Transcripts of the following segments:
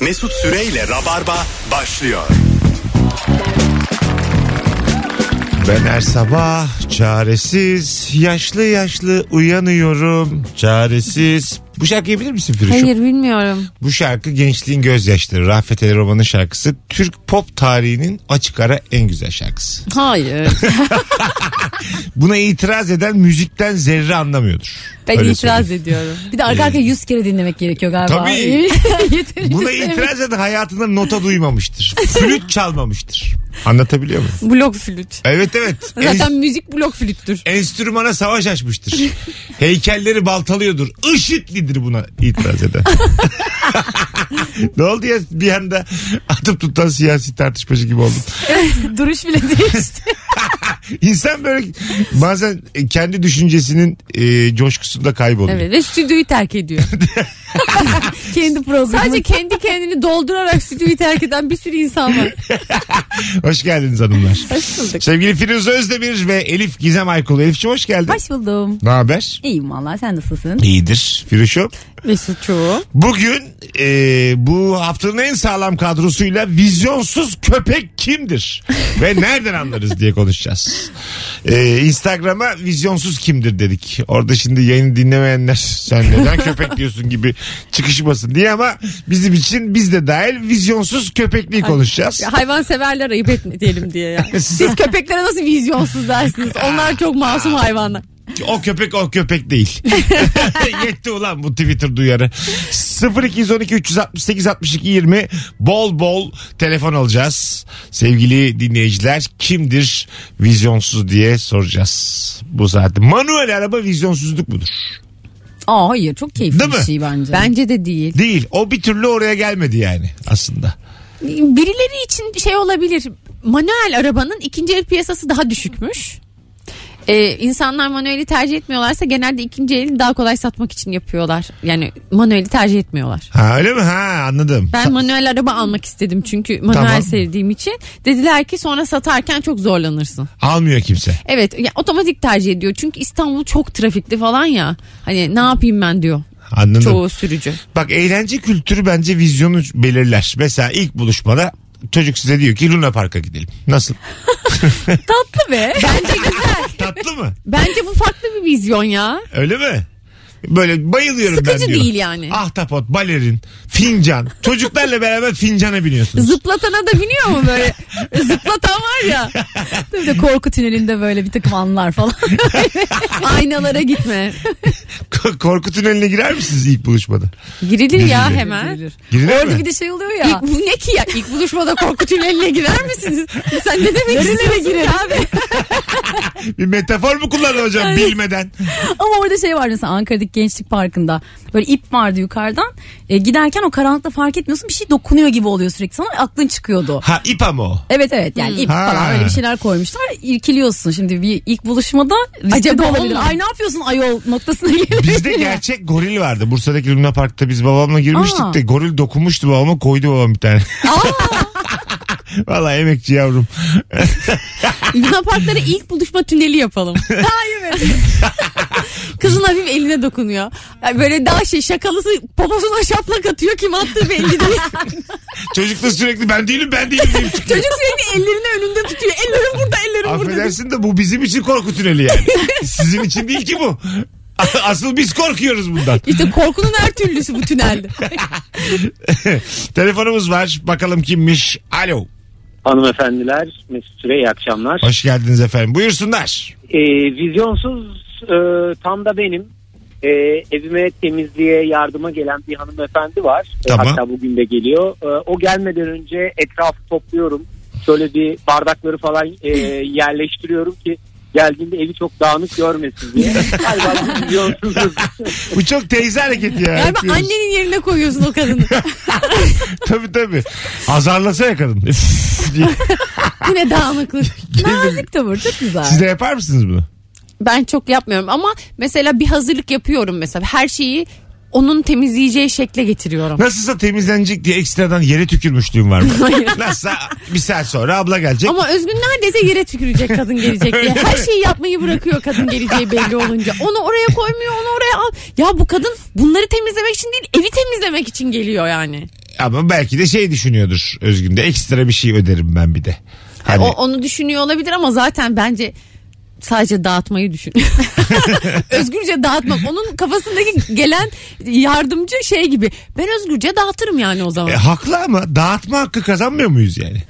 Mesut Süreyle Rabarba başlıyor. Ben her sabah çaresiz, yaşlı yaşlı uyanıyorum. Çaresiz. Bu şarkıyı bilir misin Firuş'um? Hayır bilmiyorum. Bu şarkı gençliğin gözyaşları. Rafet El Roman'ın şarkısı. Türk pop tarihinin açık ara en güzel şarkısı. Hayır. Buna itiraz eden müzikten zerre anlamıyordur. Ben Öyle itiraz söyleyeyim. ediyorum. Bir de arka arka 100 kere dinlemek gerekiyor galiba. Tabii. Yeterince Buna sevmek. itiraz eden hayatında nota duymamıştır. Flüt çalmamıştır. Anlatabiliyor muyum? Blok flüt. Evet evet. Zaten müzik blok flüttür. enstrümana savaş açmıştır. Heykelleri baltalıyordur. IŞİD'lidir buna itiraz eden. ne oldu ya bir anda atıp tutan siyasi tartışmacı gibi oldum. Duruş bile değişti. İnsan böyle bazen kendi düşüncesinin e, coşkusunda kayboluyor. Evet ve stüdyoyu terk ediyor. Kendi programı. Sadece kendi kendini doldurarak stüdyoyu terk eden bir sürü insan var. Hoş geldiniz hanımlar. Hoş bulduk. Sevgili Firuze Özdemir ve Elif Gizem Aykul. Elif'ciğim hoş geldin. Hoş buldum. Ne haber? İyiyim valla sen nasılsın? İyidir Firuş'um. Mesut'u. Bugün e, bu haftanın en sağlam kadrosuyla vizyonsuz köpek kimdir ve nereden anlarız diye konuşacağız. E, Instagram'a vizyonsuz kimdir dedik. Orada şimdi yayını dinlemeyenler sen neden köpek diyorsun gibi çıkışmasın diye ama bizim için biz de dahil vizyonsuz köpekliği konuşacağız. Hayvan severler ayıp etme diyelim diye yani. Siz köpeklere nasıl vizyonsuz dersiniz? Onlar çok masum hayvanlar. O köpek o köpek değil. Yetti ulan bu Twitter duyarı. 0212 368 62 20 bol bol telefon alacağız. Sevgili dinleyiciler kimdir vizyonsuz diye soracağız bu saatte. Manuel araba vizyonsuzluk mudur? Aa hayır çok keyifli Değil bir mi? şey bence. Bence de değil. Değil. O bir türlü oraya gelmedi yani aslında. Birileri için şey olabilir. Manuel arabanın ikinci el piyasası daha düşükmüş. Ee, insanlar manueli tercih etmiyorlarsa genelde ikinci eli daha kolay satmak için yapıyorlar. Yani manueli tercih etmiyorlar. Ha öyle mi? Ha anladım. Ben Ta- manuel araba almak istedim çünkü manuel Tamam. sevdiğim için. Dediler ki sonra satarken çok zorlanırsın. Almıyor kimse. Evet ya, otomatik tercih ediyor çünkü İstanbul çok trafikli falan ya. Hani ne yapayım ben diyor Anladım. çoğu sürücü. Bak eğlence kültürü bence vizyonu belirler. Mesela ilk buluşmada çocuk size diyor ki Luna Park'a gidelim. Nasıl? tatlı be. Bence güzel. Tatlı mı? Bence bu farklı bir vizyon ya. Öyle mi? Böyle bayılıyorum ben Sıkıcı diyor. değil yani. Ahtapot, balerin, fincan. Çocuklarla beraber fincana biniyorsunuz. Zıplatana da biniyor mu böyle? Zıplatan var ya. Bir de korku tünelinde böyle bir takım anlar falan. Aynalara gitme. Ko- Korku tüneline girer misiniz ilk buluşmada? Girilir ya hemen. Girilir. Girilir Orada mi? bir de şey oluyor İlk, ya. bu ne ki ya? İlk buluşmada korku tüneline girer misiniz? Sen ne demek istiyorsun girelim? ki abi? Bir metafor mu kullandın hocam bilmeden? Ama orada şey var mesela Ankara'daki Gençlik Parkı'nda böyle ip vardı yukarıdan. E, giderken o karanlıkta fark etmiyorsun bir şey dokunuyor gibi oluyor sürekli sana aklın çıkıyordu. Ha ip ama o. Evet evet yani Hmm. ip Ha. falan öyle bir şeyler koymuşlar. İrkiliyorsun şimdi bir ilk buluşmada riskli Acaba de o olabilir. mu? Ay ne yapıyorsun ayol noktasına geliyor. Bizde gerçek goril vardı. Bursa'daki Luna Park'ta biz babamla girmiştik Aa. de goril dokunmuştu babama koydu babam bir tane. Valla emekçi yavrum. Luna Parklara ilk buluşma tüneli yapalım. Kızın hafif eline dokunuyor. Yani böyle daha şey şakalısı poposuna şaplak atıyor kim attığı belli değil. Çocuk da sürekli ben değilim ben değilim deyip çıkıyor. Çocuk sürekli ellerini önünde tutuyor. Ellerim burada ellerim burada. Affedersin de bu bizim için korku tüneli yani. Sizin için değil ki bu. Asıl biz korkuyoruz bundan. İşte korkunun her türlüsü bu tünelde. Telefonumuz var. Bakalım kimmiş? Alo. Hanımefendiler, Mesut Süre iyi akşamlar. Hoş geldiniz efendim. Buyursunlar. Ee, vizyonsuz e, tam da benim. Ee, evime temizliğe yardıma gelen bir hanımefendi var. Ee, Tamam. hatta bugün de geliyor. Ee, o gelmeden önce etrafı topluyorum. Şöyle bir bardakları falan e, yerleştiriyorum ki geldiğinde evi çok dağınık görmesin diye. Galiba bu vizyonsuzluk. Bu çok teyze hareketi ya. Galiba Yapıyoruz. annenin yerine koyuyorsun o kadını. Tabii tabii. Azarlasa ya kadın. Üf diye. Yine dağınıklık. Nazik tavır çok güzel. Siz de yapar mısınız bunu? Ben çok yapmıyorum ama mesela bir hazırlık yapıyorum mesela. Her şeyi onun temizleyeceği şekle getiriyorum. Nasılsa temizlenecek diye ekstradan yere tükürmüşlüğüm var mı? Hayır. Nasılsa bir saat sonra abla gelecek. Ama Özgün neredeyse yere tükürecek kadın gelecek diye. Her şeyi yapmayı bırakıyor kadın geleceği belli olunca. Onu oraya koymuyor, onu oraya al. Ya bu kadın bunları temizlemek için değil, evi temizlemek için geliyor yani. Ama belki de şey düşünüyordur Özgün de ekstra bir şey öderim ben bir de. Hani O, onu düşünüyor olabilir ama zaten bence sadece dağıtmayı düşünüyor. özgürce dağıtmak. Onun kafasındaki gelen yardımcı şey gibi. Ben özgürce dağıtırım yani o zaman. E, haklı ama dağıtma hakkı kazanmıyor muyuz yani?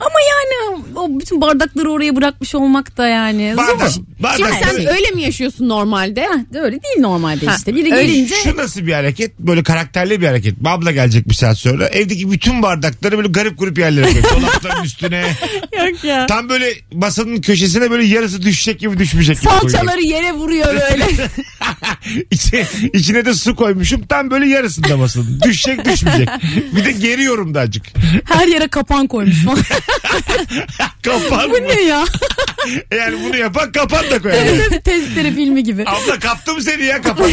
Ama yani o bütün bardakları oraya bırakmış olmak da yani. Bardak- Zor. Şimdi bardak- sen öyle mi yaşıyorsun normalde? Öyle değil normalde Ha, işte. Biri öyle- gelince Şu nasıl bir hareket? Böyle karakterli bir hareket. Babla gelecek bir saat sonra. Evdeki bütün bardakları böyle garip grup yerlere koyuyor. Dolapların üstüne. Yok ya. Tam böyle masanın köşesine böyle yarısı düşecek gibi düşmeyecek gibi koyuyor. Salçaları yere vuruyor böyle. İçine, içine de su koymuşum. Tam böyle yarısında masanın. Düşecek düşmeyecek. Bir de geriyorum da acık. her yere kapan koymuş falan. Kapan Bu ne ya? Yani bunu yapan kapan da koyar. Testere filmi gibi. Abla kaptım seni ya kapan.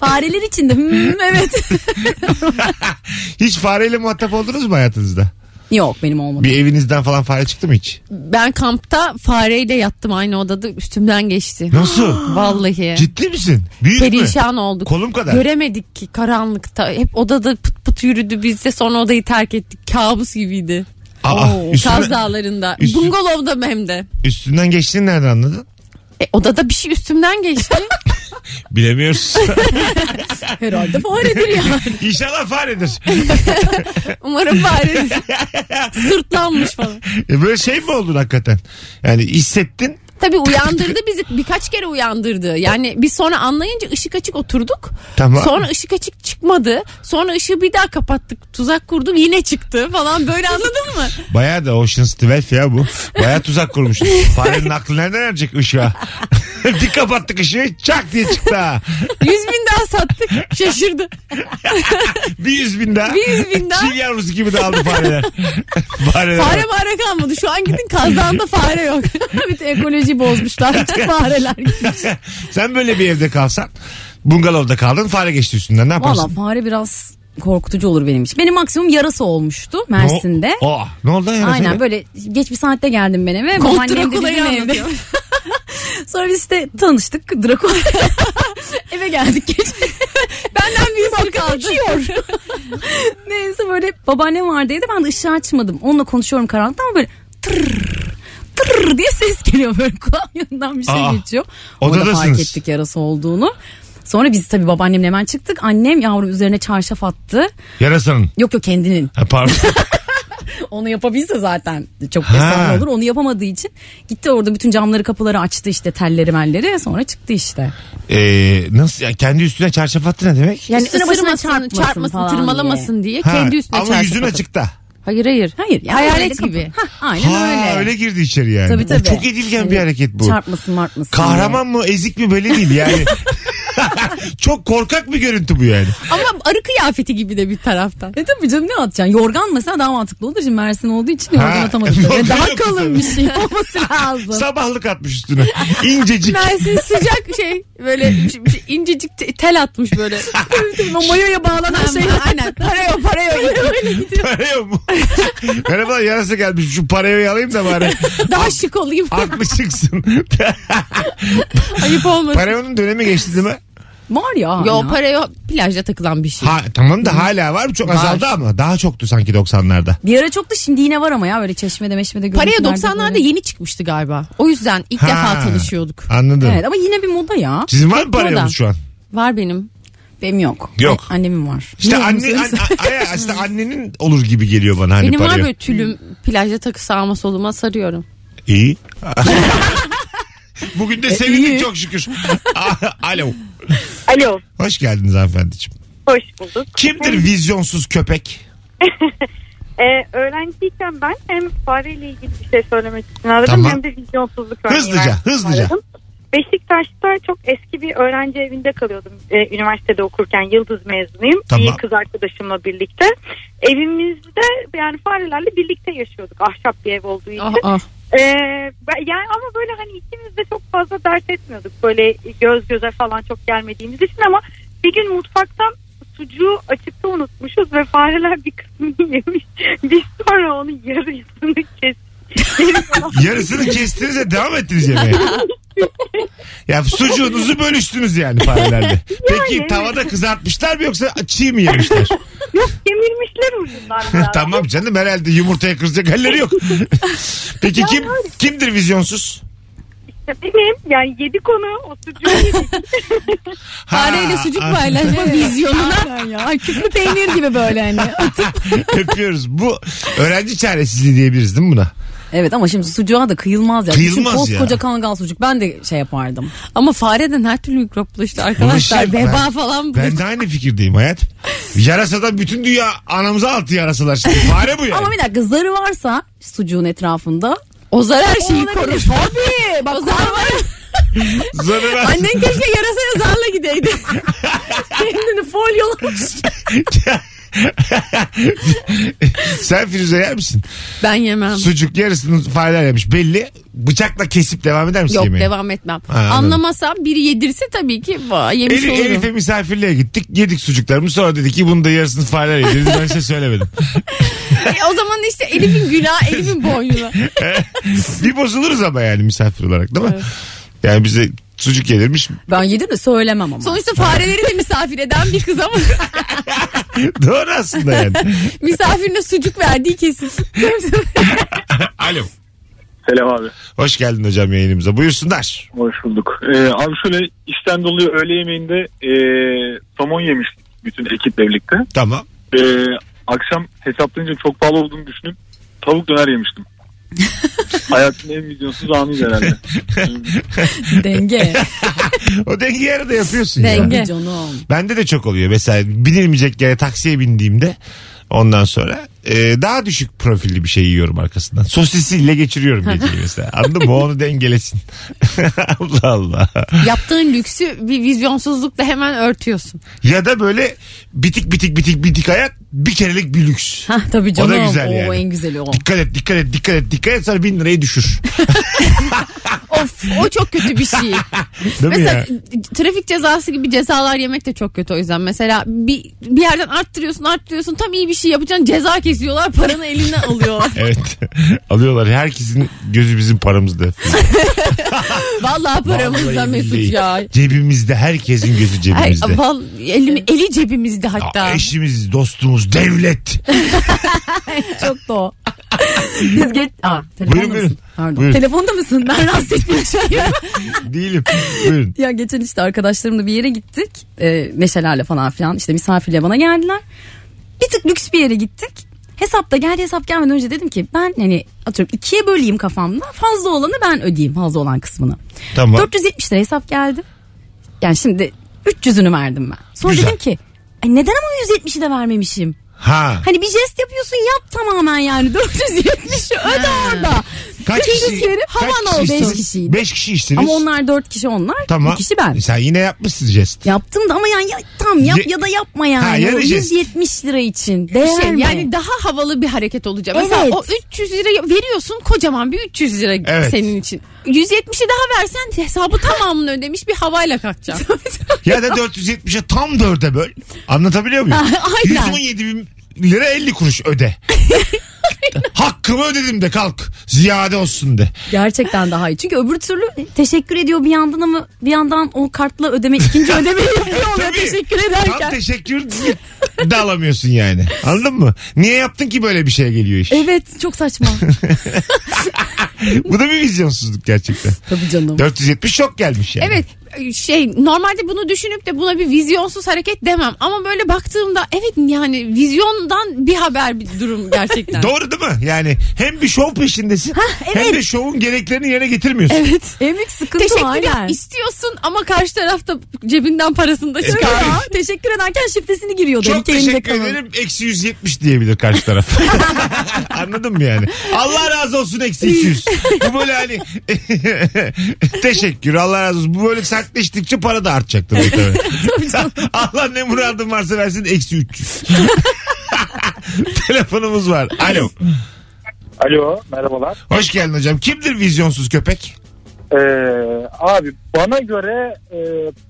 Fareler için de hmm, evet. Hiç fareyle muhatap oldunuz mu hayatınızda? Yok benim olmadı. Bir evinizden falan fare çıktı mı hiç? Ben kampta fareyle yattım aynı odada üstümden geçti. Nasıl? Vallahi. Ciddi misin? Büyük mü? Perişan olduk. Kolum kadar. Göremedik ki karanlıkta. Hep odada pıt pıt yürüdü biz de sonra odayı terk ettik. Kabus gibiydi. Aa, Kaz üstüne, dağlarında. Üstü- Bungalovda hem de. üstünden geçtiğini nereden anladın? E, odada bir şey üstümden geçti. Bilemiyoruz. Herhalde faredir ya. İnşallah faredir. Umarım bari sırtlanmış falan. E böyle şey mi oldun hakikaten? Yani hissettin. Tabii uyandırdı bizi birkaç kere uyandırdı. Yani biz sonra anlayınca ışık açık oturduk. Tamam. Sonra ışık açık çıkmadı. Sonra ışığı bir daha kapattık. Tuzak kurduk yine çıktı falan böyle anladın mı? Bayağı da Ocean's 12 ya bu. Bayağı tuzak kurmuşsun. Farenin aklı nereden erecek ışığa? bir kapattık ışığı çak diye çıktı ha. Yüz bin daha sattık. Şaşırdı. Bir yüz bin daha. Bir yüz bin daha. Çil yavrusu gibi dağıldı fareler. fareler. Fare mare kalmadı. Şu an gidin kazdağında fare yok. Bütün ekoloji bozmuşlar. Bütün fareler. Sen böyle bir evde kalsan. Bungalovda kaldın fare geçti üstünden ne yaparsın? Valla fare biraz korkutucu olur benim için. Benim maksimum yarası olmuştu Ne o- Mersin'de. Aa, ne oldu ya? Aynen böyle geç bir saatte geldim ben eve. Kont Babaannem de Drakula'yı bizim evde. anlatıyor. Sonra biz işte tanıştık Drakula. eve geldik gece. Benden bir soru kaldı. Neyse böyle babaannem vardı evde ben de ışığı açmadım. Onunla konuşuyorum karanlıkta ama böyle tırr tırr diye ses geliyor böyle kulağım yanından bir şey Aa, geçiyor. Orada fark odadasınız. ettik yarası olduğunu. Sonra biz tabii babaannemle hemen çıktık. Annem yavrum üzerine çarşaf attı. Yarasının. Yok yok kendinin. Ha, pardon. Onu yapabilse zaten çok Ha. hesaplı olur. Onu yapamadığı için gitti orada bütün camları kapıları açtı işte telleri melleri. Sonra çıktı işte. Ee, nasıl ya kendi üstüne çarşaf attı ne demek? Yani Üstüne ısırmasın, başına çarpmasın, çarpmasın falan tırmalamasın diye, Ha, kendi üstüne Ama çarşaf yüzün atıp. açıkta. Hayır hayır. Hayır. ya öyle Hayalet kapı- gibi. Hah, aynen Ha, öyle. öyle. girdi içeri yani. Tabii, O tabii. çok edilgen bir Yani hareket bu. Çarpmasın martmasın. Kahraman mı ezik mi belli değil yani. çok korkak bir görüntü bu yani. Ama arı kıyafeti gibi de bir taraftan. E tabii canım ne atacaksın? Yorgan mesela daha mantıklı olur. Şimdi Mersin olduğu için Ha, yorgan atamadık. tabii. yorgan daha yok kalın tabii. bir şey olması lazım. Sabahlık atmış üstüne. İncecik. Mersin sıcak şey böyle ş- ş- incecik te- tel atmış böyle. o mayoya bağlanan şey. Aynen. Paraya paraya. Paraya mu? Merhaba yarası gelmiş. Şu parayı alayım da bari. Daha şık olayım. Haklı çıksın. Ayıp olmasın. Parayonun dönemi geçti değil mi? Var ya. Yo hala. paraya plajda takılan bir şey. Ha, tamam da hala var mı? Çok azaldı ama. Daha çoktu sanki 90'larda. Bir ara çoktu şimdi yine var ama ya böyle çeşmede meşmede Paraya görüntülerde 90'larda böyle. yeni çıkmıştı galiba. O yüzden ilk Ha. defa tanışıyorduk. Anladım. Evet ama yine bir moda ya. Sizin var mı Buradan. parayonuz şu an? Var benim. Benim yok. Yok. Ay- annemin var. İşte Niye anne, biliyor an, musun? aya- işte annenin olur gibi geliyor bana hani benim var paraya. böyle tülüm plajda takı sağma soluma sarıyorum. İyi. Bugün de sevindim iyi. çok şükür. Alo. Alo, Hoş geldiniz hanımefendiciğim. hoş bulduk. Kimdir vizyonsuz köpek? Ee, öğrenciyken ben hem fareyle ilgili bir şey söylemek için aradım Tamam. hem de vizyonsuzluk örneği Hızlıca, vermek için hızlıca. aradım. Beşiktaş'ta çok eski bir öğrenci evinde kalıyordum. Ee, üniversitede okurken Yıldız mezunuyum. Tamam. İyi kız arkadaşımla birlikte. Evimizde yani farelerle birlikte yaşıyorduk. Ahşap bir ev olduğu için. Ah ah. Ee, ben- yani ama böyle hani ikimiz de çok fazla dert etmiyorduk. Böyle göz göze falan çok gelmediğimiz için ama bir gün mutfaktan sucuğu açıkta unutmuşuz ve fareler bir kısmını yemiş. Biz sonra onun yarısını kestik. Yarısını kestiniz de devam ettiniz yemeğe. Ya sucuğunuzu bölüştünüz yani paralelde. Peki tavada kızartmışlar mı yoksa çiğ mi yemişler? Yok kemirmişler ucundan biraz. tamam canım herhalde yumurtaya kızacak halleri yok. Peki kim kimdir vizyonsuz? İşte benim yani yedi konu o sucuğu yedik. Ha, Fareyle sucuk a- paylaşma vizyonuna. Aynen ya. Küflü peynir gibi böyle hani. Öpüyoruz. Bu öğrenci çaresizliği diyebiliriz değil mi buna? evet ama şimdi sucuğa da kıyılmaz ya. Düşün, Kıyılmaz ya. Koskoca kangal sucuk. Ben de şey yapardım. Ama fareden her türlü mikrop bulaştı arkadaşlar. Bulaşır. Veba Ben- falan bulaşır. Ben de aynı fikirdeyim hayat. Yarasadan bütün dünya anamıza altı yarasalar şimdi. Fare bu yani. Ama bir dakika zarı varsa sucuğun etrafında. O zarar şeyi Olabilir. korur. Tabii. Bak, O zarar var. Zarı var. Annen keşke yarasaya zarla gideydi. Kendini folyolamış. Sen Firuze yer misin? Ben yemem. Sucuk yarısını fareler yemiş belli. Bıçakla kesip devam eder misin Yok yemeğe? devam etmem. Ha, anladım. Anlamasam biri yedirse tabii ki vay, yemiş Elif, olurum. Elif'e misafirliğe gittik. Yedik sucuklarımı. Sonra dedi ki bunun da yarısını fareler yedi. Dedi, ben size söylemedim. E, o zaman işte Elif'in günahı Elif'in boynuna. E, bir bozuluruz ama yani misafir olarak değil mi? Yani bize sucuk yedirmiş. Ben yedim de söylemem ama. Sonuçta fareleri de misafir eden bir kız ama Doğru aslında yani. misafirine sucuk verdiği kesin. Alo. Selam abi. Hoş geldin hocam yayınımıza. Buyursunlar. Hoş bulduk. Ee, abi şöyle işten dolayı öğle yemeğinde e, somon yemiştik bütün ekiple birlikte. Tamam. E, akşam hesaplayınca çok pahalı olduğunu düşünüp tavuk döner yemiştim. Hayatın en vizyonsuz anıydı herhalde. Denge. O dengeyi arada yapıyorsun ya. Denge. Tabii Canım. Bende de çok oluyor. Mesela binilmeyecek yere taksiye bindiğimde ondan sonra e, daha düşük profilli bir şey yiyorum arkasından. Sosisiyle geçiriyorum geceyi mesela. Anladın mı? O Onu dengelesin. Allah Allah. Yaptığın lüksü bir vizyonsuzlukla hemen örtüyorsun. Ya da böyle bitik bitik bitik bitik ayak bir kerelik bir lüks. Ah, Hah, tabii canım. güzel yani. O en güzeli o. Dikkat et dikkat et dikkat et dikkat et sonra bin lirayı düşür. Of o çok kötü bir şey. Değil mi Mesela ya? trafik cezası gibi cezalar yemek de çok kötü o yüzden. Mesela bir, bir yerden arttırıyorsun arttırıyorsun tam iyi bir şey yapacaksın ceza kesiyorlar paranı elinden alıyorlar. Evet. Alıyorlar. Herkesin gözü bizim paramızda. Vallahi paramızda Vallahi Mesut billahi. ya. Cebimizde herkesin gözü Ay, cebimizde. val, elimi, eli cebimizde hatta. Aa, eşimiz, dostumuz, devlet. Çok da o. Biz geç... Aa, telefonda Buyurun, mısın? buyurun. Pardon. Buyurun. Telefonda mısın? Ben rahatsız etmeyeyim. Değilim. Buyurun. Ya geçen işte arkadaşlarımla bir yere gittik. E, meşelerle falan filan işte misafirle bana geldiler. Bir tık lüks bir yere gittik. Hesapta geldi hesap gelmeden önce dedim ki ben hani atıyorum ikiye böleyim kafamda. Fazla olanı ben ödeyeyim fazla olan kısmını. Tamam. 470 lira hesap geldi. Yani şimdi 300'ünü verdim ben. Sonra Güzel. dedim ki Ay neden ama 170'i de vermemişim? Ha. Hani bir jest yapıyorsun yap tamamen yani 470'i öde orada. Kaç Üçüncü kişi? kere kaç havan oldu. kişisiniz? Beş kişiydi. Beş kişi iştiniz. Ama onlar 4 kişi onlar tamam. bir kişi ben. Sen yine yapmışsın jest. Yaptım da ama yani ya, tam yap Ye- ya da yapma yani. Ha, yani O jest. 170 lira için. Değer Şey, mi? yani daha havalı bir hareket olacak. Mesela Evet. o 300 lira veriyorsun kocaman bir 300 lira Evet. senin için. 170'i daha versen hesabı tamamını ödemiş bir havayla kalkacaksın. Ya da 470'e tam dörde böl. Anlatabiliyor muyum? Aynen. 117 bin lira 50 kuruş öde. Hakkımı ödedim de kalk. Ziyade olsun de. Gerçekten daha iyi. Çünkü öbür türlü teşekkür ediyor bir yandan ama bir yandan o kartla ödeme ikinci ödemeyi yapıyor oluyor Tabii. teşekkür Tam ederken. teşekkür de alamıyorsun yani. Anladın mı? Niye yaptın ki böyle bir şeye geliyor iş? Evet çok saçma. Bu da bir vizyonsuzluk gerçekten. Tabii canım. 470 çok gelmiş yani. evet şey normalde bunu düşünüp de buna bir vizyonsuz hareket demem. Ama böyle baktığımda evet yani vizyondan bir haber bir durum gerçekten. Doğru değil mi? Yani hem bir şov peşindesin hem de şovun gereklerini yerine getirmiyorsun. Evet. En büyük sıkıntı o, Teşekkür aynen. istiyorsun ama karşı tarafta cebinden parasını da Öyle çıkar. ya. Teşekkür ederken şifresini giriyordu. Çok teşekkür ederim. Eksi 170 diyebilir karşı taraf. Anladın mı yani? Allah razı olsun eksi 200. Bu böyle hani teşekkür Allah razı olsun. Bu böyle sertleştikçe para da artacaktır. muhtemelen. Allah ne muradın varsa versin eksi 300. Telefonumuz var. Alo. Alo merhabalar. Hoş geldin hocam. Kimdir vizyonsuz köpek? Ee, abi bana göre e,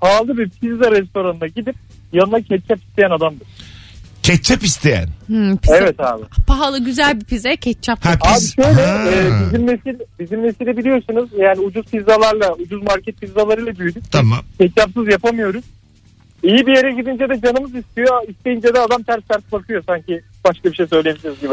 pahalı bir pizza restoranına gidip yanına ketçap isteyen adamdır. Ketçap isteyen. Hmm, pizza. Evet abi. Pahalı güzel bir pizza ketçap. Ha, Abi biz- şöyle Ha. e, bizim nesil bizim nesili biliyorsunuz yani ucuz pizzalarla ucuz market pizzalarıyla büyüdük. Tamam. Ketçapsız yapamıyoruz. İyi bir yere gidince de canımız istiyor. İsteyince de adam ters ters bakıyor sanki başka bir şey söylemişiz gibi.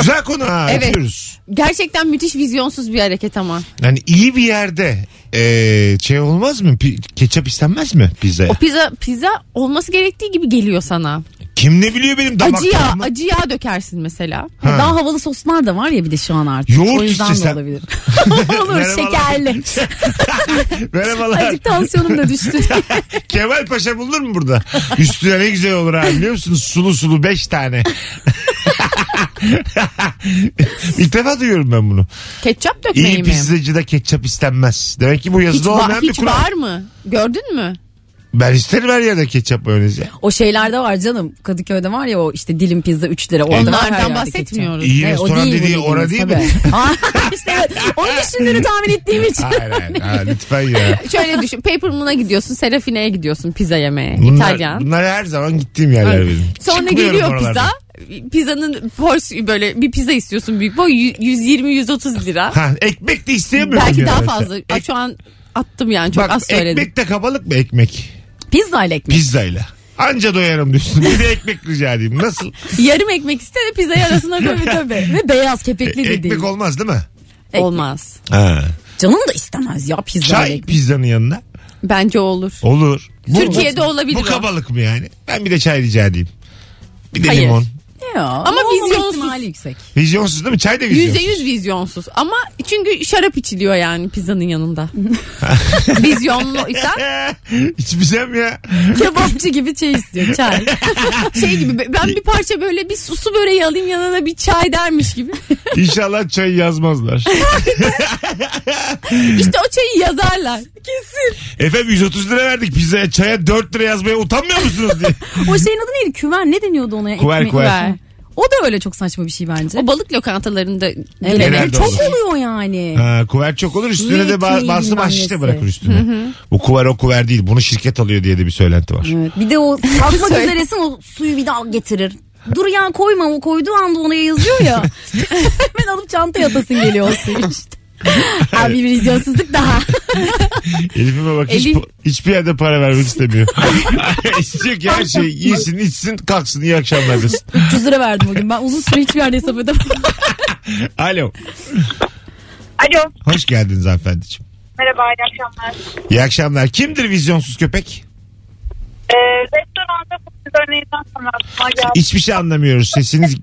Güzel konu ha. Evet. Öpüyoruz. Gerçekten müthiş vizyonsuz bir hareket ama. Yani iyi bir yerde e, şey olmaz mı? Pi- ketçap istenmez mi pizzaya? O pizza pizza olması gerektiği gibi geliyor sana. Kim ne biliyor benim damak Acı yağ, tadıma? acı yağ dökersin mesela. Ha. Daha havalı soslar da var ya bir de şu an artık. Yoğurt o yüzden istesem. de olabilir. Olur Merhabalar. şekerli. Merhabalar. Azıcık tansiyonum da düştü. Kemal Paşa bulunur mu burada? Üstüne ne güzel olur abi biliyor musunuz? Sulu sulu 5 tane. İlk defa duyuyorum ben bunu. Ketçap dökmeyi İyi mi? pizzacıda ketçap istenmez. Demek ki bu Hiç, yazıda var, olmayan bir hiç kural. var mı? Gördün mü? Ben isterim her yerde ketçap mayonez ya. o şeylerde var canım. Kadıköy'de var ya o işte dilim pizza 3 lira. Orada var her Onlardan yerde bahsetmiyoruz. İyi Evet, o restoran değil bu dediği dediğimiz, ora değil mi? tabii. işte evet. Onu düşündüğünü tahmin ettiğim için. hayır hayır. Ha, lütfen ya. Şöyle düşün. Paper Moon'a gidiyorsun. Serafine'ye gidiyorsun pizza yemeye. Bunlar, İtalyan. bunlar her zaman gittiğim yerler Evet. benim. Sonra Çıkmıyorum geliyor oralardan. pizza. Pizzanın porsiyon böyle bir pizza istiyorsun büyük boy. Yü- 120-130 lira. Ha, ekmek de isteyemiyorum. Belki daha genelde. fazla. Aa, şey. Ek- Şu an attım yani. Çok bak az söyledim. ekmek de kabalık mı ekmek? Pizza ile ekmek. Pizzayla. Anca doyarım diyorsun. Bir de ekmek rica edeyim. Nasıl? Yarım ekmek iste de pizzayı arasına koy. Tabii tabii. Ve beyaz kepekli E, ekmek dediğim. olmaz değil mi? Olmaz. Ha. Canım da istemez ya pizza ile Çay ekmek. pizzanın yanına. Bence olur. Olur. Bu, Türkiye'de bu- olabilir Bu o. kabalık mı yani? Ben bir de çay rica edeyim. Bir de Hayır. limon. Ya, Ama olmama vizyonsuz. ihtimali yüksek. Vizyonsuz değil mi? Çay da vizyon. Yüzde yüz vizyonsuz ama çünkü şarap içiliyor yani pizzanın yanında. Vizyonluysa İçmeyeceğim Eh, ya. Kebapçı gibi çay istiyor çay. şey gibi ben bir parça böyle bir susu böreği alayım yanına bir çay dermiş gibi. İnşallah çayı yazmazlar. İşte o çayı yazarlar. Kesin. Efendim 130 lira verdik pizzaya. Çaya 4 lira yazmaya utanmıyor musunuz diye. o şeyin adı neydi? Küver ne deniyordu ona? Kuver, Ekmeği- kuver. Kuver. O da öyle çok saçma bir şey bence. O balık lokantalarında Evet, gelenek. Genelde çok olur. oluyor yani. Ha, kuver çok olur üstüne Suyu de ba- ekmeği bazı bilmem bahşiş de nesi. bırakır üstüne. Bu kuver o kuver değil. Bunu şirket alıyor diye de bir söylenti var. Evet, bir de o kalkmak Söyle. üzeresin o suyu bir daha getirir. Dur ya koyma o koyduğu anda ona yazıyor ya. Hemen alıp çantaya atasın geliyor o suyu işte. Abi bir vizyonsuzluk daha. Elif'ime bak hiç Elif- pa- hiçbir yerde para vermek istemiyor. İstiyor ki her şey yesin içsin kalksın iyi akşamlar desin. 300 lira verdim bugün. Ben uzun süre hiçbir yerde hesap ödemedim. Alo. Alo. Hoş geldiniz hanımefendiciğim. Merhaba iyi akşamlar. İyi akşamlar. Kimdir vizyonsuz köpek? Ee, restoranda bu kız örneğinden sonra aklıma geldi. Hiçbir şey anlamıyoruz. Sesiniz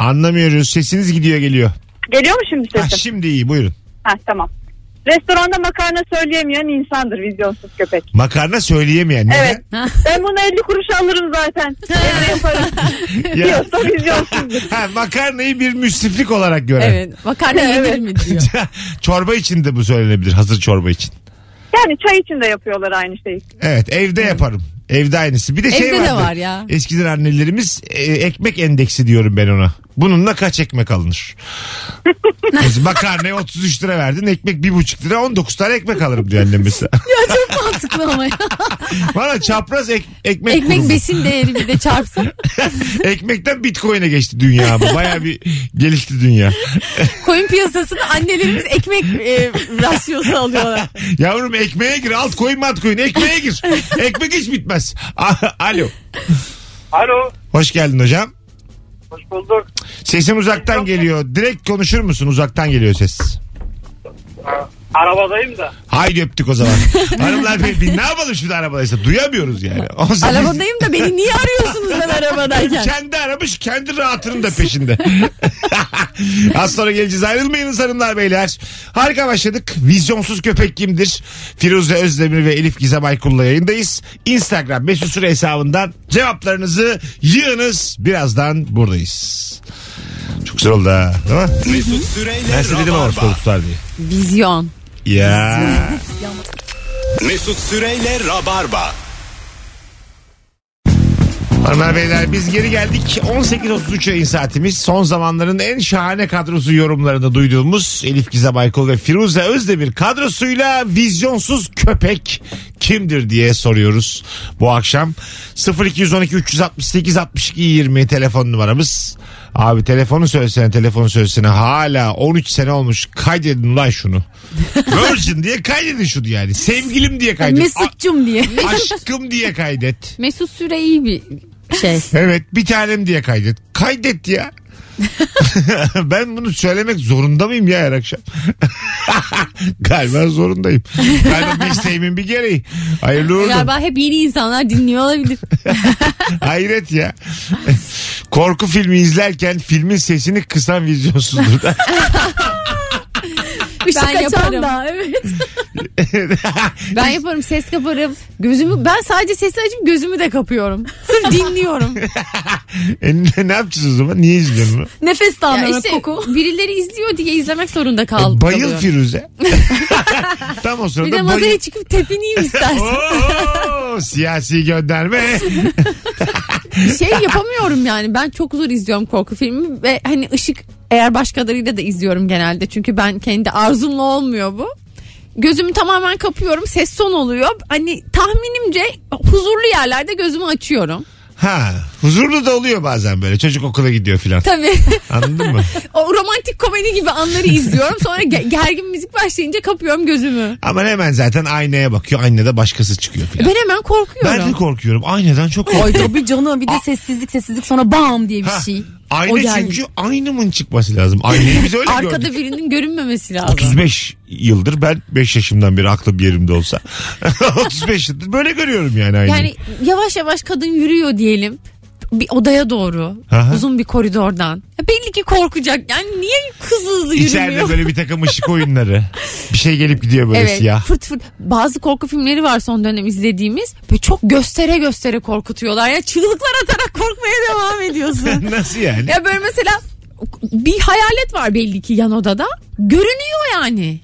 anlamıyoruz. Sesiniz gidiyor geliyor. Geliyor mu şimdi Ha, sesim? şimdi iyi buyurun. Ha, tamam. Restoranda makarna söyleyemeyen insandır vizyonsuz köpek. Makarna söyleyemeyen. Neden? Evet. ben bunu 50 kuruşa alırım zaten. Evde yaparım Ya, diyorsa vizyonsuzdur. ha, makarnayı bir müsriflik olarak gören. Evet. Makarna Evet. yenir mi diyor. çorba için de bu söylenebilir. Hazır çorba için. Yani çay için de yapıyorlar aynı şeyi. Evet evde yaparım. Evde aynısı. Bir de şey Evde de vardı. var ya. Eskiden annelerimiz e, ekmek endeksi diyorum ben ona. Bununla kaç ekmek alınır? Mesela makarnaya 33 lira verdin. Ekmek 1,5 lira 19 tane ekmek alırım diyor annem mesela. ya çok mantıklı ama ya. Bana çapraz ek- ekmek, Ekmek kurumu. besin değeri bir de çarpsa. Ekmekten bitcoin'e geçti dünya ama. Baya bir gelişti dünya. Koyun piyasasını annelerimiz ekmek e, rasyosu alıyorlar. Yavrum ekmeğe gir. Alt koyun mat koyun. Ekmeğe gir. Ekmek hiç bitmez. A- Alo. Alo. Hoş geldin hocam. Hoş bulduk. Sesim uzaktan geliyor. Direkt konuşur musun? Uzaktan geliyor ses. Arabadayım da. Haydi öptük o zaman. Hanımlar beyler biz ne yapalım şimdi arabadaysa duyamıyoruz yani. O zaman biz- Arabadayım da beni niye arıyorsunuz ben arabadayken? Kendi aramış kendi rahatının da peşinde. Az sonra geleceğiz ayrılmayınız hanımlar beyler. Harika başladık. Vizyonsuz köpek kimdir? Firuze Özdemir ve Elif Gizem Aykul'la yayındayız. Instagram mesut süre hesabından cevaplarınızı yığınız. Birazdan buradayız. Çok güzel oldu ha. Değil mi? Mesut Süreyle Ben size dedim ama soğuk Rabarba. tutar diye. Vizyon. Ya. Mesut Süreyle Rabarba. Hanımlar beyler biz geri geldik. 18.33 yayın saatimiz. Son zamanların en şahane kadrosu yorumlarında duyduğumuz Elif Gizem Aykul ve Firuze Özdemir kadrosuyla vizyonsuz köpek kimdir diye soruyoruz bu akşam. 0212 368 62 20 telefon numaramız. Abi telefonu söylesene telefonu söylesene hala 13 sene olmuş kaydedin lan şunu. Virgin diye kaydedin şunu yani. Sevgilim diye kaydet. Mesut'cum diye. A- aşkım diye kaydet. Mesut Süre iyi bir şey. Evet bir tanem diye kaydet. Kaydet ya. ben bunu söylemek zorunda mıyım ya her akşam? Galiba zorundayım. Galiba mesleğimin bir gereği. Hayırlı uğurlu. Galiba hep yeni insanlar dinliyor olabilir. Hayret ya. Korku filmi izlerken filmin sesini kısan vizyonsuzdur. Işık Ben açan yaparım. da, evet. E, Ben yaparım ses kaparım. Gözümü ben sadece sesi açıp gözümü de kapıyorum. Sırf dinliyorum. E, ne- ne yapacağız o zaman? Niye izliyorsun bunu? Nefes de ya almıyorum işte koku. birileri izliyor diye izlemek zorunda kaldım. E, bayıl Firuze. Tam o Bir de sırada bayıl. masaya çıkıp tepineyim istersen. Oo, siyasi gönderme. şey yapamıyorum yani ben çok zor izliyorum korku filmi ve hani ışık eğer başkalarıyla da izliyorum genelde çünkü ben kendi arzumla olmuyor bu. Gözümü tamamen kapıyorum ses son oluyor. Hani tahminimce huzurlu yerlerde gözümü açıyorum. Ha, huzurlu da oluyor bazen böyle. Çocuk okula gidiyor filan. Tabii Anladın mı? o romantik komedi gibi anları izliyorum sonra ge- gergin müzik başlayınca kapıyorum gözümü. Ama hemen zaten aynaya bakıyor. Aynada başkası çıkıyor filan. Ben hemen korkuyorum. Ben de korkuyorum. Aynadan çok Ay korkuyorum. tabii canım bir de sessizlik sessizlik sonra bam diye bir Ha, şey. O Ayna geldi. çünkü aynamın çıkması lazım. Aynayı biz öyle Arkada gördük. birinin görünmemesi lazım. 35 yıldır ben 5 yaşımdan beri aklım bir yerimde olsa 35 yıldır böyle görüyorum yani aynı. Yani yavaş yavaş kadın yürüyor diyelim bir odaya doğru Aha. uzun bir koridordan. Ya belli ki korkacak. Yani niye hızlı hızlı İçeride yürümüyor? böyle bir takım ışık oyunları. Bir şey gelip gidiyor böyle Evet siyah. fırt fırt. Bazı korku filmleri var son dönem izlediğimiz. Böyle çok göstere göstere korkutuyorlar. Ya çığlıklar atarak korkmaya devam ediyorsun. Nasıl yani? ya böyle mesela bir hayalet var belli ki yan odada. Görünüyor yani.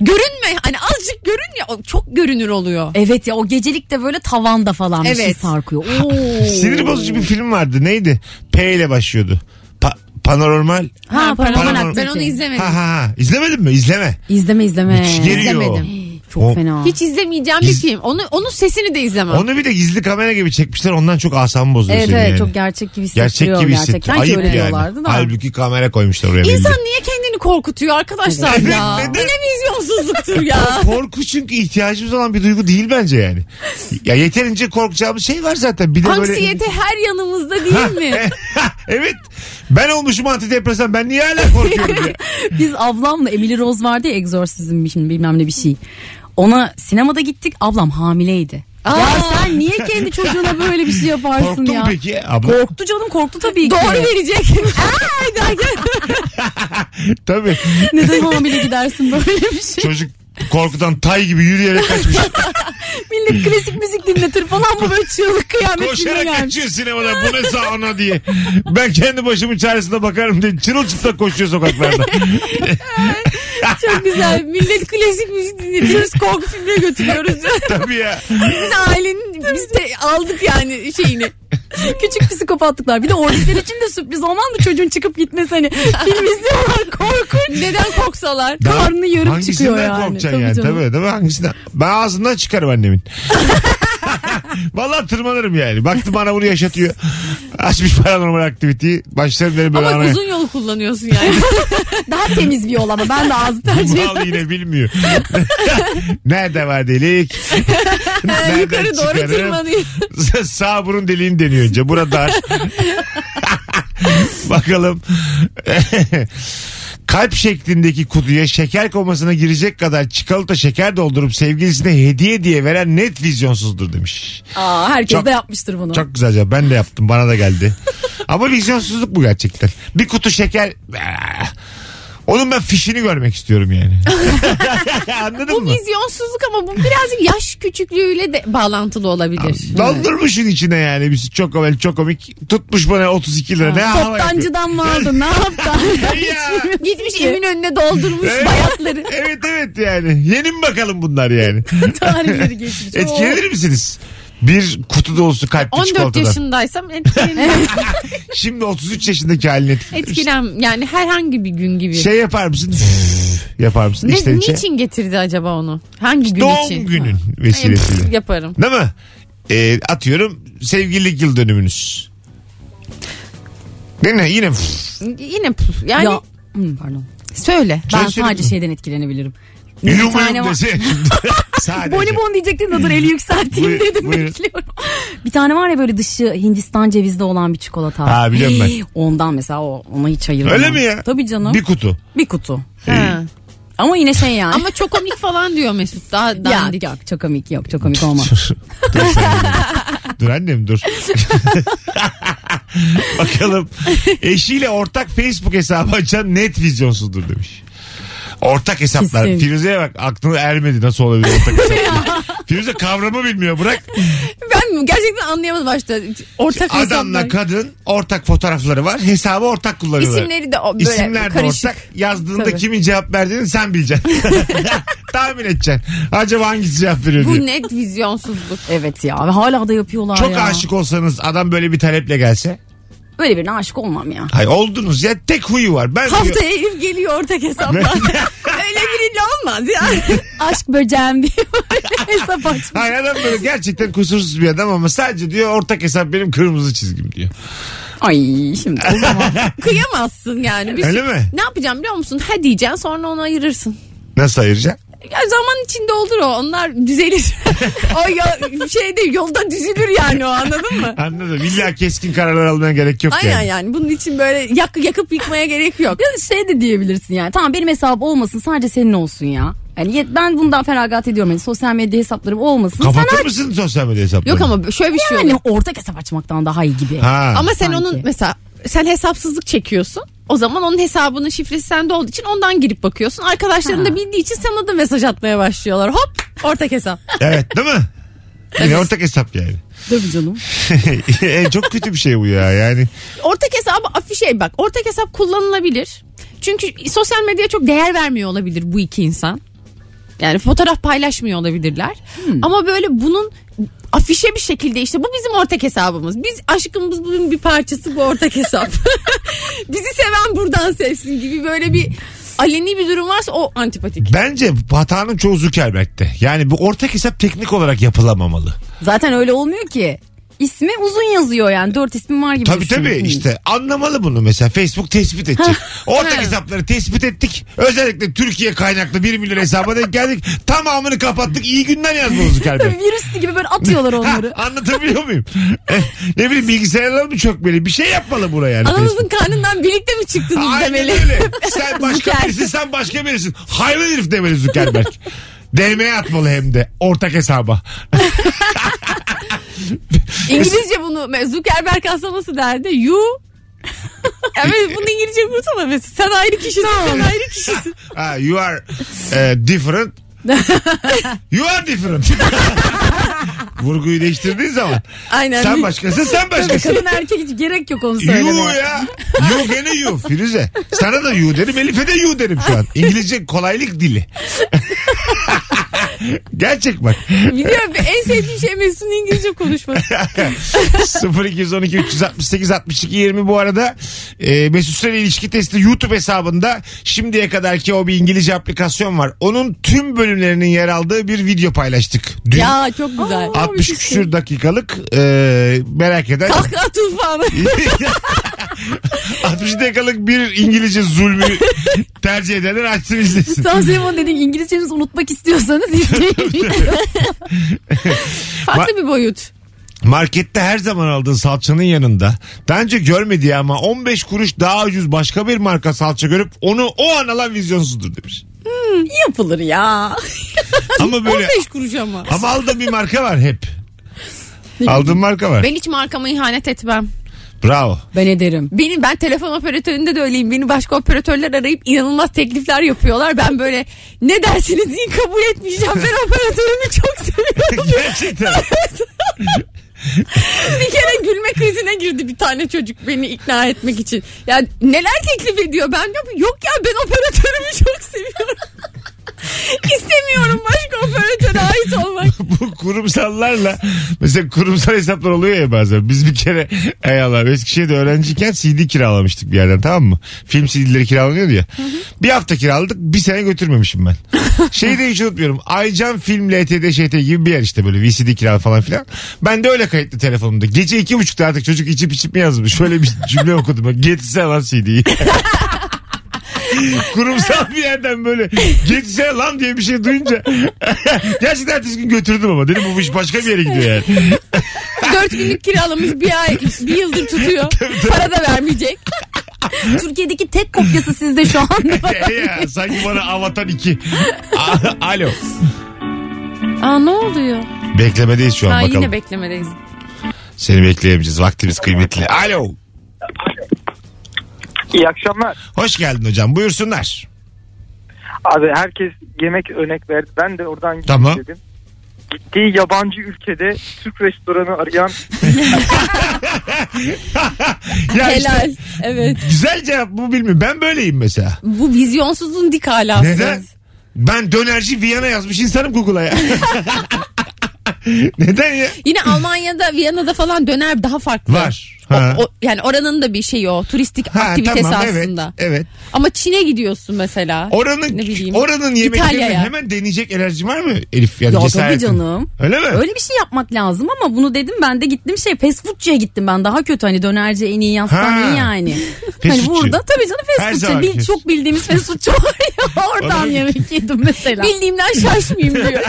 Görünme hani azıcık görün ya o çok görünür oluyor. Evet ya o gecelik de böyle tavanda falan bir şey Evet. sarkıyor. Oo. Sinir bozucu bir film vardı. Neydi? P ile başlıyordu. Pa- panormal. Ha paranormal Paranormal- Ben aktivite. onu izlemedim. Ha ha ha. İzlemedin mi? İzleme. şey. İzleme izleme. Müthiş geliyor. Hii, Çok O- fena. Hiç izlemeyeceğim bir Biz- film. Onu onun sesini de izlemem. Onu bir de gizli kamera gibi çekmişler. Ondan çok asam bozuyor Evet seni evet yani. çok gerçek gibi hissettiriyor Gerçek gibi hissettiriyor. gerçekten ki öyle Ayıp yani. diyorlardı da. Halbuki kamera koymuşlar oraya. belli. İnsan niye kendini korkutuyor arkadaşlar Evet, ya? neden? Bu ne vizyonsuzluktur ya? Korku çünkü ihtiyacımız olan bir duygu değil bence yani. Ya yeterince korkacağımız şey var zaten. Bir de böyle... Anksiyete her yanımızda değil mi? evet. Ben olmuşum antidepresan. Ben niye hala korkuyorum ya? Biz ablamla Emily Rose vardı ya Exorcism şimdi bilmem ne bir şey. Ona sinemada gittik ablam hamileydi. Ya sen niye kendi çocuğuna böyle bir şey yaparsın Korktun mu ya? peki? Abla, Korktu canım korktu tabii ki. Doğru verecek. tabii. Neden hamile gidersin böyle bir şey? Çocuk korkudan tay gibi yürüyerek kaçmış. Millet klasik müzik dinletir falan bu böyle çığlık kıyamet gibi Koşarak gelmiş. kaçıyor sinemadan. Bu ne sahana diye. Ben kendi başımın çaresine bakarım diye çırılçıplak koşuyor sokaklarda. Çok güzel. Millet klasik müzik dinletiyoruz. Korku filmine götürüyoruz. tabii ya. Sizin ailenin biz de aldık yani şeyini. Küçük psikopatlıklar. Bir de orijinal için de sürpriz olmaz mı çocuğun çıkıp gitmesi hani film izliyorlar korkunç. Neden korksalar? Karnı yarıp Hangisinden çıkıyor yani. korkacaksın Tabii yani? canım. Tabii, tabii hangisinden? Ben ağzından çıkarım annemin. Vallahi tırmanırım yani. Baktım bana bunu yaşatıyor. Açmış paranormal aktiviteyi. Başlarım derim böyle Ama anaya. uzun yolu kullanıyorsun yani. Daha temiz bir yol ama ben de ağzı tercih ederim. Mal yine bilmiyor. Nerede var delik? Nereden Yukarı doğru çıkarım? tırmanıyor. Sağ burun deliğini deniyor önce. Burada dar. Bakalım. Kalp şeklindeki kutuya şeker komasına girecek kadar çikolata şeker doldurup sevgilisine hediye diye veren net vizyonsuzdur demiş. Aa, herkes Çok- de yapmıştır bunu. Çok güzel cevap. Ben de yaptım. Bana da geldi. Ama vizyonsuzluk bu gerçekten. Bir kutu şeker. ah, Onun ben fişini görmek istiyorum yani. Anladın Bu mı? vizyonsuzluk ama bu birazcık yaş küçüklüğüyle de bağlantılı olabilir. Doldurmuşun içine yani. Birisi çok komik, çok komik. Tutmuş bana 32 lira. Ne hava yapıyor. Toptancıdan mı aldın ne yaptın? Ya. Gitmiş evin önüne doldurmuş Evet. bayatları. Evet evet yani. Yeni mi bakalım bunlar yani? Tarihleri geçmiş. Etkilenir misiniz? Bir kutu dolusu kalpli 14 çikolatadan. yaşındaysam etkilenmem. Şimdi 33 yaşındaki haline etkilenir misin? Etkilen yani herhangi bir gün gibi. Şey yapar mısın? yapar mısın? Ne, İçten içe. niçin getirdi acaba onu? Hangi şey. gün Doğum için? günün Ha. vesilesiyle. Yaparım. Değil mi? Ee, atıyorum sevgililik yıl dönümünüz. Değil mi? Yine pff, Yine puf. yani Ya, Hı, pardon. söyle. Ben Söyle, sadece şeyden etkilenebilirim. Bir yum tane yum var- dese şimdi. Sadece. Bonibon diyecektim Hmm. de dur eli yükselteyim Buyur- dedim buyurun. bekliyorum. Bir tane var ya böyle dışı Hindistan cevizli olan bir çikolata. Ha, biliyorum ben. Hey, Ondan mesela o, ona hiç ayırmam. Öyle mi ya? Tabii canım. Bir Bir, kutu. kutu. Ee, Ha. Ama yine şey yani. Ama çok komik falan diyor Mesut. Daha dandik. ya, yok çok komik yok çok komik olmaz. dur, sen de dur. dur annem dur. Bakalım. Eşiyle ortak Facebook hesabı açan net vizyonsuzdur demiş. Ortak hesaplar. Kesin. Firuze'ye bak aklına ermedi nasıl olabilir ortak hesaplar. Firuze kavramı bilmiyor bırak. Ben gerçekten anlayamadım başta. Ortak Adamla hesaplar. kadın ortak fotoğrafları var. Hesabı ortak kullanıyorlar. İsimleri de o- böyle İsimler de karışık. ortak. Yazdığında Tabii. kimin cevap verdiğini sen bileceksin. Tahmin edeceksin. Acaba hangisi cevap veriyor diye. Bu net vizyonsuzluk. evet ya ve hala da yapıyorlar Çok ya. aşık olsanız adam böyle bir taleple gelse. Böyle birine aşık olmam ya. Hay oldunuz ya tek huyu var. Ben Haftaya Elif geliyor ortak hesapla. Öyle biriyle olmaz ya. Aşk böceğim diye böyle hesap açmış. Hayır adam böyle gerçekten kusursuz bir adam ama sadece diyor ortak hesap benim kırmızı çizgim diyor. Ay şimdi o zaman. Kıyamazsın yani. Bir Öyle sürü- mi? Ne yapacağım biliyor musun? Ha diyeceksin sonra onu ayırırsın. Nasıl ayıracaksın? Ya zaman içinde olur o. Onlar düzelir. o ya, şeyde yolda düzülür yani o anladın mı? Anladım. İlla keskin kararlar almaya gerek yok Aynen yani. yani. Bunun için böyle yak, yakıp yıkmaya gerek yok. Ya da şey de diyebilirsin yani. Tamam benim hesabım olmasın sadece senin olsun ya. Yani ye- ben bundan feragat ediyorum. Yani sosyal medya hesaplarım olmasın. Kapatır mısın sosyal medya hesaplarını? Yok ama şöyle bir şey Sen oluyor. yani ortak hesap açmaktan daha iyi gibi. Ha. Ama sen Sanki. onun mesela sen hesapsızlık çekiyorsun. O zaman onun hesabının şifresi sende olduğu için ondan girip bakıyorsun. Arkadaşların Ha. da bildiği için sana da mesaj atmaya başlıyorlar. Hop ortak hesap. Evet değil mi? Yine ortak hesap yani. Tabii canım. E, Çok kötü bir şey bu ya yani. Ortak hesabı afişe bak. Ortak hesap kullanılabilir. Çünkü sosyal medyaya çok değer vermiyor olabilir bu iki insan. Yani fotoğraf paylaşmıyor olabilirler. Ama böyle bunun afişe bir şekilde işte bu bizim ortak hesabımız. Biz aşkımızın bir parçası bu ortak hesap. Bizi seven buradan sevsin gibi böyle bir aleni bir durum varsa o antipatik. Bence bu hatanın çoğu Zuckerberg'de. Yani bu ortak hesap teknik olarak yapılamamalı. Zaten öyle olmuyor ki. İsmi uzun yazıyor yani. Dört ismim var gibi Tabii düşün. tabii Hı. işte anlamalı bunu mesela Facebook tespit edecek. Ortak Ha. hesapları tespit ettik. Özellikle Türkiye kaynaklı 1 milyon hesaba denk geldik. Tamamını kapattık. İyi günler yazdı Zuckerberg. Tabii virüslü gibi böyle atıyorlar Ha, onları. anlatabiliyor muyum? Eh, ne bileyim bilgisayarlar mı çökmeli? Bir şey yapmalı buraya yani. Ananızın Facebook. karnından birlikte mi çıktınız Aynen demeli. öyle. Sen başka Zucker. birisin sen başka birisin. Hayvan herif demeli Zuckerberg. DM'ye atmalı hem de ortak hesaba. İngilizce bunu Zuckerberg aslında nasıl derdi? You Evet bunu İngilizce kursana mesela. Sen ayrı kişisin, sen ayrı kişisin. Ha, Ah, you are e, different. you are different. Vurguyu değiştirdiğin zaman. Aynen. Sen başkasın sen başkasın. Kadın erkek hiç gerek yok onu you söylemeye. ya. You gene you Firuze. Sana da you derim Elif'e de you derim şu an. İngilizce kolaylık dili. Gerçek bak. Biliyorum en sevdiğim şey Mesut'un İngilizce konuşması. 0212 368 62 20 bu arada e, Mesut Süre ilişki testi YouTube hesabında şimdiye kadarki o bir İngilizce aplikasyon var. Onun tüm bölümlerinin yer aldığı bir video paylaştık. Dün ya çok güzel. 60 küsür dakikalık e, merak eden Kahkaha tufanı. 60 dakikalık bir İngilizce zulmü tercih edenler açsın izlesin. Tavsiyem o dedim İngilizcenizi unutmak istiyorsanız izleyin. Farklı bir boyut. Markette her zaman aldığın salçanın yanında daha önce görmediği ama 15 kuruş daha ucuz başka bir marka salça görüp onu o an alan vizyonsuzdur demiş. Yapılır ya. Ama böyle 15 kuruş ama. ama aldığım bir marka var hep. Aldığım marka var. Ben hiç markama ihanet etmem. Bravo. Ben ederim. Benim ben telefon operatöründe de öyleyim. Beni başka operatörler arayıp inanılmaz teklifler yapıyorlar. Ben böyle ne dersiniz iyi kabul etmeyeceğim. Ben operatörümü çok seviyorum. Gerçekten. bir kere gülme krizine girdi bir tane çocuk beni ikna etmek için. Ya neler teklif ediyor ben diyorum ki, yok ya ben operatörümü çok seviyorum. İstemiyorum başka operatöre ait olmak. bu kurumsallarla mesela kurumsal hesaplar oluyor ya bazen. Biz bir kere ey Allah Eskişehir'de öğrenciyken CD kiralamıştık bir yerden tamam mı? Film CD'leri kiralanıyordu ya. Bir hafta kiraladık bir sene götürmemişim ben. Şeyi de hiç unutmuyorum. Aycan Film LTD ŞT gibi bir yer işte böyle VCD kiralı falan filan. Ben de öyle kayıtlı telefonumda. Gece iki buçukta artık çocuk içip içip mi yazmış? Şöyle bir cümle okudum. Getirse lan CD'yi. kurumsal bir yerden böyle geçse lan diye bir şey duyunca gerçekten ertesi gün götürdüm ama dedim bu iş başka bir yere gidiyor yani. Dört günlük kiralamış bir ay bir yıldır tutuyor. Para da vermeyecek. Türkiye'deki tek kopyası sizde şu anda. ya, sanki bana Avatar 2. A- Alo. Aa ne oluyor? Beklemedeyiz şu an Ha, bakalım. yine beklemedeyiz. Seni bekleyemeyeceğiz. Vaktimiz kıymetli. Alo. İyi akşamlar. Hoş geldin hocam. Buyursunlar. Abi herkes yemek örnek verdi. Ben de oradan gideyim Tamam. dedim. Gittiği yabancı ülkede Türk restoranı arayan Ya işte Helal. Evet. güzel cevap bu bilmiyorum. Ben böyleyim mesela. Bu vizyonsuzluğun dik halası. Neden? Ben dönerci Viyana yazmış insanım Google'a ya. Neden ya? Yine Almanya'da, Viyana'da falan döner daha farklı. Var. O- Ha. o- yani oranın da bir şeyi o turistik Ha, aktivitesi tamam, aslında. Evet, evet. Ama Çin'e gidiyorsun mesela. Oranın Ne bileyim. oranın yemeklerini İtalya'ya. hemen deneyecek enerji var mı Elif? Yani Ya tabii cesaretin. canım. Öyle mi? Öyle bir şey yapmak lazım ama bunu dedim ben de gittim şey fast foodcuya gittim ben daha kötü hani dönerci en iyi yastan Ha. iyi yani. Fast hani foodcu. burada tabii canım Her fast foodcu zaman bil- fast çok bildiğimiz fast foodcu var ya oradan Onu- yemek yedim mesela. Bildiğimden şaşmayayım diyor.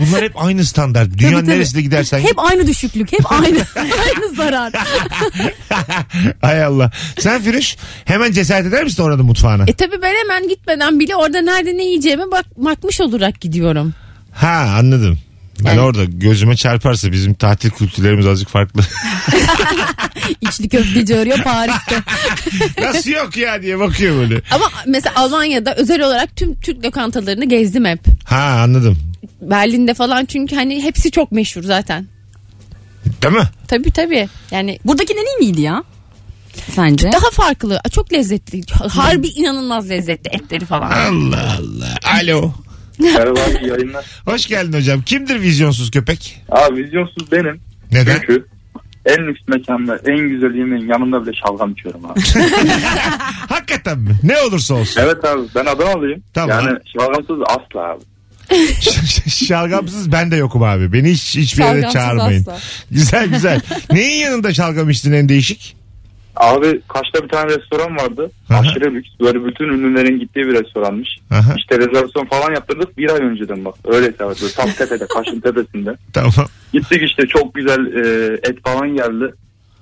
Bunlar hep aynı standart. Dünyanın tabii. neresine gidersen git. hep aynı düşüklük hep aynı aynı zarar. Hay Allah. Sen Firuş hemen cesaret eder misin oranın mutfağına? e tabi ben hemen gitmeden bile orada nerede ne yiyeceğime bak bakmış olarak gidiyorum. Ha anladım. Ben Yani- orada gözüme çarparsa bizim tatil kültürlerimiz azıcık farklı. İçli köfteci arıyor Paris'te. Nasıl yok ya diye bakıyor böyle. Ama mesela Almanya'da özel olarak tüm Türk lokantalarını gezdim hep. Ha anladım. Berlin'de falan çünkü hani hepsi çok meşhur zaten. Değil mi? Tabi tabi. Yani Buradaki ne miydi ya? Sence? daha farklı. Çok lezzetli. Harbi inanılmaz lezzetli etleri falan. Allah Allah. Alo. Merhaba abi yayınlar. Hoş geldin hocam. Kimdir vizyonsuz köpek? Abi vizyonsuz benim. Neden? Çünkü en lüks mekanda en güzel yemeğin yanında bile şalgam içiyorum abi. Hakikaten mi? Ne olursa olsun. evet abi ben Adanalıyım. Tamam. Yani şalgamsız asla abi. Şalgamsız ben de yokum abi. Beni hiç hiçbir yere Şalgamsız çağırmayın. asla. Güzel güzel. Neyin yanında şalgam içtin en değişik? Abi Kaş'ta bir tane restoran vardı. Aha. Aşırı lüks. Böyle bütün ünlülerin gittiği bir restoranmış. Aha, İşte rezervasyon falan yaptırdık bir ay önceden bak. Öyle tabii. Böyle tam tepede Kaş'ın tepesinde. tamam. Gittik işte çok güzel e, et falan geldi.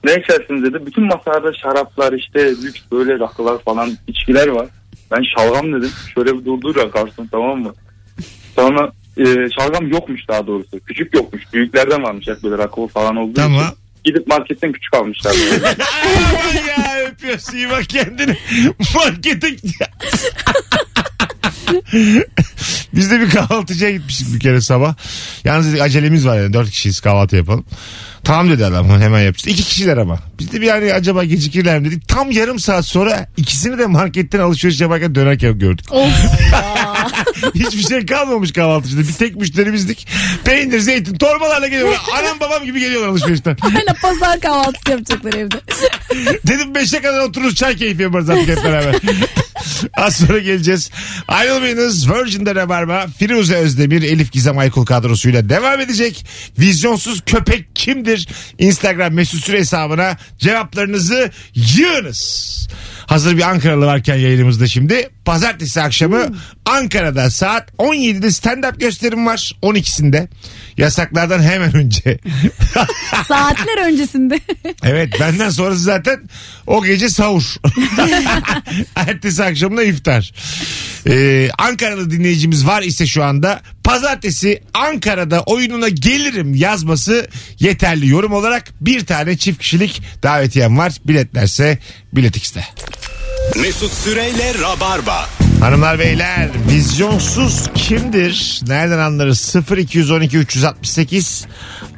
Ne içersiniz dedi. Bütün masalarda şaraplar işte lüks böyle rakılar falan içkiler var. Ben şalgam dedim. Şöyle bir durdur ya garson tamam mı? Sonra e, şalgam yokmuş daha doğrusu. Küçük yokmuş. Büyüklerden varmış hep böyle rakı falan olduğu için. Tamam. Gidip marketten küçük almışlar. Aman ya öpüyorsun iyi bak kendini. Markete Biz de bir kahvaltıcıya gitmiştik bir kere sabah. Yalnız dedik acelemiz var yani dört kişiyiz kahvaltı yapalım. Tamam dedi adam hemen yapacağız. İki kişiler ama. Biz de bir yani acaba gecikirler mi dedik. Tam yarım saat sonra ikisini de marketten alışveriş yaparken dönerken gördük. Hiçbir şey kalmamış kahvaltıcıda. Bir tek müşteri bizdik. Peynir, zeytin, torbalarla geliyorlar. Anam babam gibi geliyorlar alışverişten. Hala pazar kahvaltısı yapacaklar evde. Dedim 5'e kadar otururuz çay keyfi yaparız artık hep beraber. Az sonra geleceğiz. Ayrılmayınız. Virgin'de Rabarba, Firuze Özdemir, Elif Gizem Aykul kadrosuyla devam edecek. Vizyonsuz köpek kimdir? Instagram mesut süre hesabına cevaplarınızı yığınız. Hazır bir Ankaralı varken yayınımızda şimdi. Pazartesi akşamı Ankara'da saat 17'de stand-up gösterim var. 12'sinde. Yasaklardan hemen önce. Saatler öncesinde. Evet benden sonrası zaten o gece sahur. Ertesi akşamına iftar. Ee, Ankaralı dinleyicimiz var ise şu anda pazartesi Ankara'da oyununa gelirim yazması yeterli yorum olarak bir tane çift kişilik davetiyem var. Biletlerse bilet X'te. Mesut Süreyle Rabarba. Hanımlar beyler vizyonsuz kimdir? Nereden anlarız? 0212 368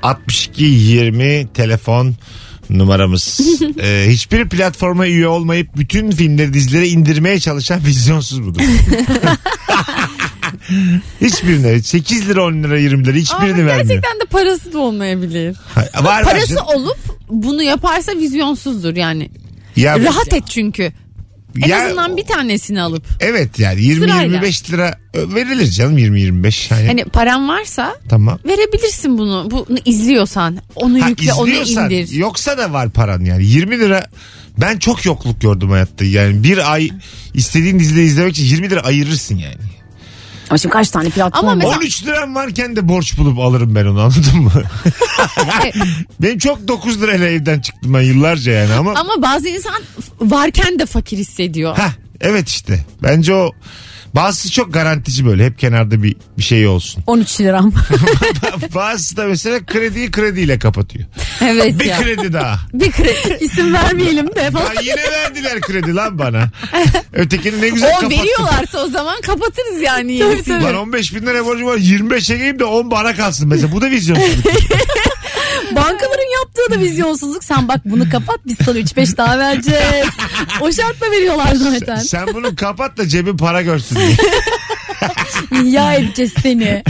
62 20 telefon numaramız. Ee, hiçbir platforma üye olmayıp bütün filmleri dizileri indirmeye çalışan vizyonsuz budur. Hiçbirine. 8 lira 10 lira 20 lira Ama hiçbirini vermiyor. gerçekten de parası da olmayabilir. Hayır, Var Parası bence. olup bunu yaparsa vizyonsuzdur yani. Ya, şey. Rahat et çünkü. En ya- azından bir tanesini alıp. Evet yani Sırayla. 20-25 lira ö, verilir canım 20-25. Yani, Hani paran varsa tamam. verebilirsin bunu. Bunu izliyorsan. Onu Ha, yükle, onu izliyorsan, indir. Yoksa da var paran yani. 20 lira ben çok yokluk gördüm hayatta. Yani bir ay istediğin dizileri izlemek için 20 lira ayırırsın yani. Ama şimdi kaç tane platform Ama var? Mesela- 13 liram varken de borç bulup alırım ben onu anladın mı? E- Benim çok 9 lirayla evden çıktım ben yıllarca yani ama. Ama bazı insan f- varken de fakir hissediyor. Hah, evet işte bence o bazısı çok garantici böyle hep kenarda bir, bir şey olsun. 13 liram. bazısı da mesela krediyi krediyle kapatıyor. evet Bir ya. kredi daha. Bir kredi. İsim vermeyelim de Ya yine verdiler kredi lan bana. Ötekini ne güzel O kapattım. veriyorlarsa o zaman kapatırız yani. yenisini. Lan 15 bin lira borcum var 25 çekeyim de 10 bana kalsın mesela. Bu da vizyonsuzluk. Bankaların yaptığı da vizyonsuzluk. Sen bak bunu kapat biz sana 3-5 daha vereceğiz. o şartla veriyorlar zaten. Sen bunu kapat da cebin para görsün diye. İhya edeceğiz seni.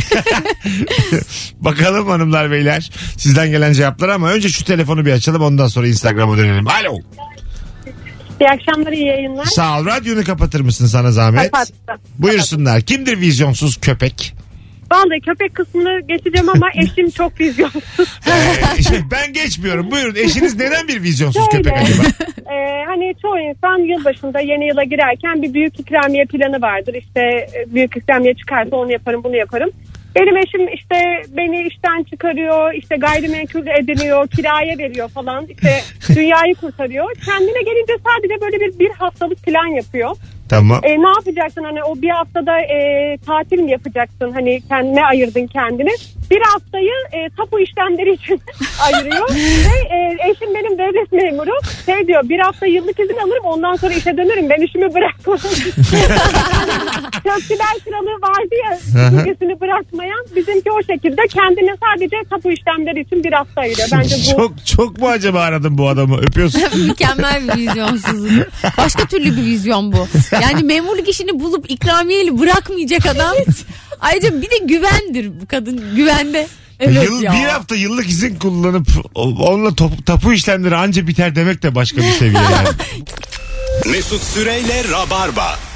Bakalım hanımlar beyler sizden gelen cevapları ama önce şu telefonu bir açalım ondan sonra Instagram'a dönelim. Alo. İyi akşamlar iyi yayınlar. Sağ ol radyonu kapatır mısın sana zahmet? Kapattım. Buyursunlar. Kimdir vizyonsuz köpek? Vallahi köpek kısmını geçeceğim ama eşim çok vizyonsuz. Ee, şey, ben geçmiyorum. Buyurun eşiniz neden bir vizyonsuz Şöyle. köpek acaba? Ee, hani çoğu insan yılbaşında yeni yıla girerken bir büyük ikramiye planı vardır. İşte e, büyük ikramiye çıkarsa onu yaparım bunu yaparım. Benim eşim işte beni işten çıkarıyor, işte gayrimenkul ediniyor, kiraya veriyor falan. İşte dünyayı kurtarıyor. Kendine gelince sadece böyle bir, bir haftalık plan yapıyor. Tamam. E, ne yapacaksın hani o bir haftada e, tatil mi yapacaksın hani kendine ayırdın kendini bir haftayı e, tapu işlemleri için ayırıyor ve e, eşim benim devlet memuru şey diyor bir hafta yıllık izin alırım ondan sonra işe dönerim ben işimi bırakmam Köprüler kralı vardı ya Aha. ülkesini bırakmayan bizimki o şekilde kendine sadece tapu işlemleri için bir hafta ayırıyor bence bu Çok çok mu acaba aradın bu adamı? Öpüyorsun. Mükemmel bir vizyonsuzluk. Başka türlü bir vizyon bu. Yani memurluk işini bulup ikramiyeli bırakmayacak adam. Ayrıca bir de güvendir bu kadın. Güvende. Yıl, bir hafta yıllık izin kullanıp o- onunla top- tapu işlemleri anca biter demek de başka bir seviye yani. Mesut Süreyle Rabarba.